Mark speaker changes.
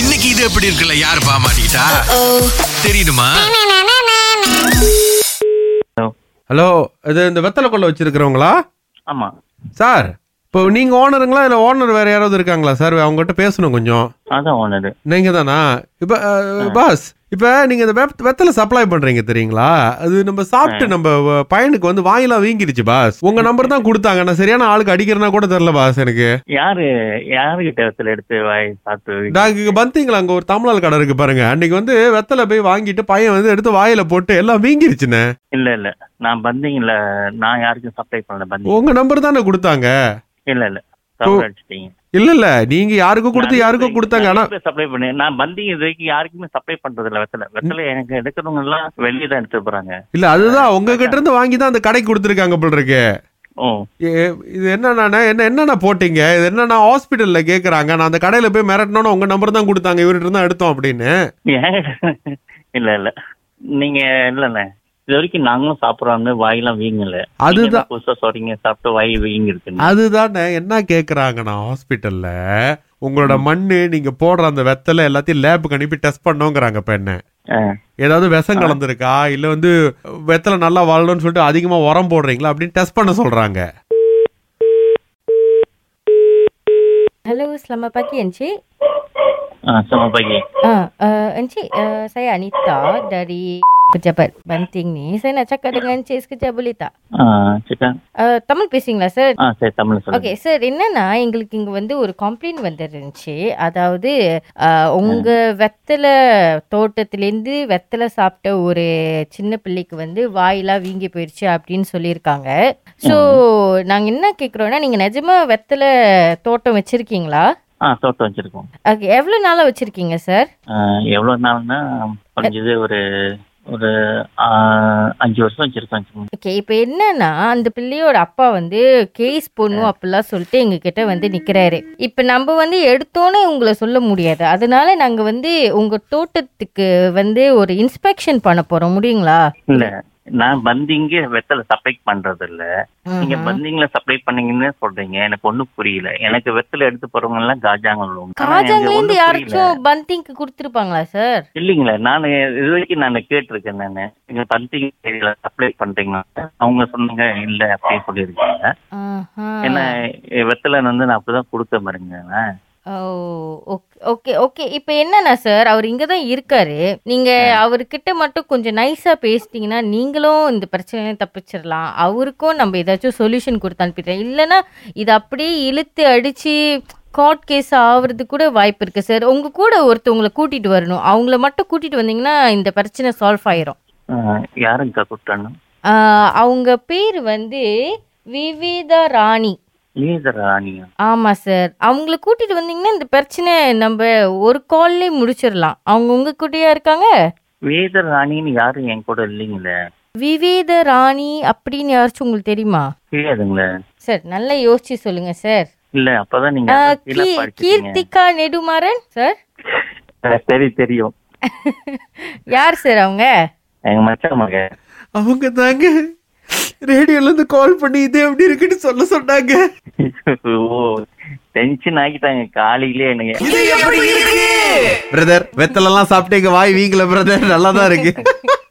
Speaker 1: இன்னைக்கு இது எப்படி இருக்குல்ல யாரு பாமாட்டா தெரியுமா
Speaker 2: ஹலோ இது இந்த வெத்தலை கொள்ள வச்சிருக்கிறவங்களா
Speaker 3: ஆமா
Speaker 2: சார் இப்போ நீங்கள் ஓனருங்களா இல்லை ஓனர் வேறு யாராவது இருக்காங்களா சார் அவங்ககிட்ட பேசணும் கொஞ்சம்
Speaker 3: அதான் ஓனர்
Speaker 2: நீங்கள் தானா இப்போ பாஸ் இப்போ நீங்கள் இந்த வெப் வெத்தலை சப்ளை பண்ணுறீங்க தெரியுங்களா அது நம்ம சாப்பிட்டு நம்ம அஹ், பையனுக்கு வந்து வாயிலாம் வீங்கிடுச்சு பாஸ் உங்கள் நம்பர் தான் கொடுத்தாங்க நான் சரியான ஆளுக்கு அடிக்கிறேன்னா கூட தெரில பாஸ் எனக்கு
Speaker 3: யாரு யாருகிட்ட இடத்துல எடுத்து வாய் சாப்பிட்டு
Speaker 2: நாங்கள் இங்கே வந்தீங்களா அங்கே ஒரு தமிழால் கடை இருக்கு பாருங்க அன்னைக்கு வந்து வெத்தலை போய் வாங்கிட்டு பையன் வந்து எடுத்து வாயில போட்டு எல்லாம் வீங்கிருச்சுண்ணே
Speaker 3: இல்ல இல்ல நான் பந்தீங்கல நான் யாருக்கும் சப்ளை பண்ணல பந்தீங்க
Speaker 2: உங்கள் நம்பர் தானே கொடுத்தாங்க
Speaker 3: இல்ல இல்ல தவறு அடிச்சிட்டீங்க
Speaker 2: இல்ல இல்ல நீங்க யாருக்கும் கொடுத்து யாருக்கும் கொடுத்தாங்க ஆனா
Speaker 3: சப்ளை பண்ணி நான் பந்தீங்க இது வரைக்கும் யாருக்குமே சப்ளை பண்றது இல்ல வெத்தல வெத்தல எனக்கு எடுக்கிறவங்க எல்லாம் வெளியே தான் எடுத்து போறாங்க
Speaker 2: இல்ல அதுதான் உங்ககிட்ட இருந்து வாங்கி தான் அந்த கடைக்கு கொடுத்துருக்காங்க போல இருக்கு
Speaker 3: ஓ
Speaker 2: ஏ, இது என்னன்னா என்ன என்னென்ன போட்டீங்க இது என்னன்னா ஹாஸ்பிட்டல்ல கேக்குறாங்க நான் அந்த கடையில போய் மிரட்டணும்னு உங்க நம்பர் தான் கொடுத்தாங்க இவர்கிட்ட தான் எடுத்தோம் அப்படின்னு
Speaker 3: ஏன்? இல்ல இல்ல நீங்க இல்ல இல்ல இது வரைக்கும் நாங்களும் சாப்பிடறோம்னு வாயெல்லாம் வீங்கல
Speaker 2: அதுதான்
Speaker 3: புதுசா சொல்றீங்க சாப்பிட்டு வாய் வீங்க இருக்குன்னு
Speaker 2: அதுதான் என்ன கேக்குறாங்கண்ணா ஹாஸ்பிட்டல்ல உங்களோட மண்ணு நீங்க போடுற அந்த வெத்தலை எல்லாத்தையும் லேபுக்கு அனுப்பி டெஸ்ட் பண்ணோங்கிறாங்க இப்ப என்ன
Speaker 3: ஆ.
Speaker 2: ஏதாவது விஷம் கலந்துருக்கா இல்ல வந்து வெத்தலை நல்லா வளரும்னு சொல்லிட்டு அதிகமா உரம் போடுறீங்களா அப்படின்னு டெஸ்ட் பண்ண சொல்றாங்க
Speaker 4: Hello, selamat pagi Encik.
Speaker 3: ஆ, sama pagi
Speaker 4: Ah, uh, Encik, uh, saya Anita dari pejabat Banting ni. Saya nak cakap dengan Encik sekejap boleh tak?
Speaker 3: ஆ, சிக்கா
Speaker 4: Uh, Tamil பேசுறீங்களா சார்
Speaker 3: ஆ சரி தமிழ்ல சொல்லுங்க
Speaker 4: ஓகே சார் என்னன்னா எங்களுக்கு இங்க வந்து ஒரு கம்ப்ளைண்ட் வந்துருந்துச்சு அதாவது அஹ், உங்க வெத்தலை தோட்டத்திலேருந்து வெத்தலை சாப்பிட்ட ஒரு சின்ன பிள்ளைக்கு வந்து வாயெல்லாம் வீங்கி போயிடுச்சு அப்படின்னு சொல்லியிருக்காங்க ஸோ நாங்க என்ன கேக்குறோம்னா நீங்க நிஜமா வெத்தலை தோட்டம் வச்சிருக்கீங்களா
Speaker 3: ஆ தோட்டம் வச்சிருக்கோம்
Speaker 4: ஓகே எவ்வளோ நாளா வச்சிருக்கீங்க சார்
Speaker 3: ஆ, எவ்வளவு நாள்னா குறைஞ்சது ஒரு ஒரு ஆ, அஞ்சு வருஷம் வச்சிருக்கோம் வச்சுக்கோங்க.
Speaker 4: ஓகே இப்போ என்னன்னா அந்த பிள்ளையோட அப்பா வந்து கேஸ் போடணும் அப்படிலாம் சொல்லிட்டு எங்ககிட்ட வந்து நிக்கிறாரு இப்போ நம்ம வந்து எடுத்தோன்னு உங்களை சொல்ல முடியாது அதனால நாங்க வந்து உங்க தோட்டத்துக்கு வந்து ஒரு இன்ஸ்பெக்ஷன் பண்ண போறோம் முடியுங்களா
Speaker 3: இல்ல நான் பந்திங்க வெத்தலை சப்ளை பண்றது இல்ல நீங்க பந்திங்கள சப்ளை பண்ணீங்கன்னு சொல்றீங்க எனக்கு ஒண்ணும் புரியல எனக்கு வெத்தலை எடுத்து போறவங்க எல்லாம் காஜாங்களும் ஆனா எனக்கு
Speaker 4: காஜாங்ல இருந்து
Speaker 3: ஒண்ணும் புரியல.
Speaker 4: யாராச்சும் பந்திங்க்கு கொடுத்துருப்பாங்களா சார்
Speaker 3: இல்லைங்களே நான் இது வரைக்கும் நான் கேட்டிருக்கேன் நான் நீங்க பந்திங் ஏரியால சப்ளை பண்றீங்களா அவங்க சொன்னாங்க இல்ல அப்படின்னு சொல்லியிருக்காங்க
Speaker 4: ஆஹா.
Speaker 3: ஏன்னா எ- வெத்தலை வந்து நான் அப்படிதான் கொடுத்த மாதிரிங்க
Speaker 4: ஓ ஓகே ஓகே ஓகே இப்போ என்னன்னா சார் அவர் இங்க தான் இருக்காரு நீங்க அவர்கிட்ட மட்டும் கொஞ்சம் நைஸா பேசிட்டீங்கன்னா நீங்களும் இந்த பிரச்சனையை தப்பிச்சிடலாம் அவருக்கும் நம்ம ஏதாச்சும் சொல்யூஷன் கொடுத்து அனுப்பிடுறேன் இல்லைன்னா இது அப்படியே இழுத்து அடிச்சு கார்ட் கேஸ் ஆகுறது கூட வாய்ப்பு இருக்கு சார் உங்க கூட ஒருத்தவங்களை கூட்டிட்டு வரணும் அவங்கள மட்டும் கூட்டிட்டு வந்தீங்கன்னா இந்த பிரச்சனை சால்வ் ஆயிரும்
Speaker 3: ஆஹ் யாருங்கக்கா கூப்பிட்டானு
Speaker 4: ஆஹ் அவங்க பேர் வந்து விவேதா ராணி
Speaker 3: நீதரா நீங்க
Speaker 4: ஆமா சார் அவங்கள கூட்டிட்டு வந்தீங்கன்னா இந்த பிரச்சனை நம்ம ஒரு கால்லே முடிச்சிடலாம் அவங்க உங்க கூடயா இருக்காங்க
Speaker 3: வேத ராணின்னு யாரும் என் கூட இல்லைங்களே
Speaker 4: விவேத ராணி அப்படின்னு யாராச்சும் உங்களுக்கு தெரியுமா
Speaker 3: தெரியாதுங்களே
Speaker 4: சார் நல்லா யோசிச்சு சொல்லுங்க சார்
Speaker 3: இல்ல அப்பதான் நீங்க
Speaker 4: ஆ,
Speaker 3: அதை கீழே
Speaker 4: கீ-
Speaker 3: படிச்சிட்டீங்க.
Speaker 4: கீர்த்திகா நெடுமாறன் சார்
Speaker 3: ஆஹ் சரி தெரியும்
Speaker 4: யார் சார் அவங்க
Speaker 3: எங்க மச்சான் மக
Speaker 2: அவங்க தாங்க ரேடியோல இருந்து கால் பண்ணி இது எப்படி இருக்குன்னு சொல்ல சொன்னாங்க
Speaker 3: ஓ டென்ஷன் ஆகிட்டாங்க காலையிலே எனக்கு
Speaker 2: பிரதர் வெத்தலாம் சாப்பிட்டு எங்க வாய் வீங்கல பிரதர் நல்லா தான் இருக்கு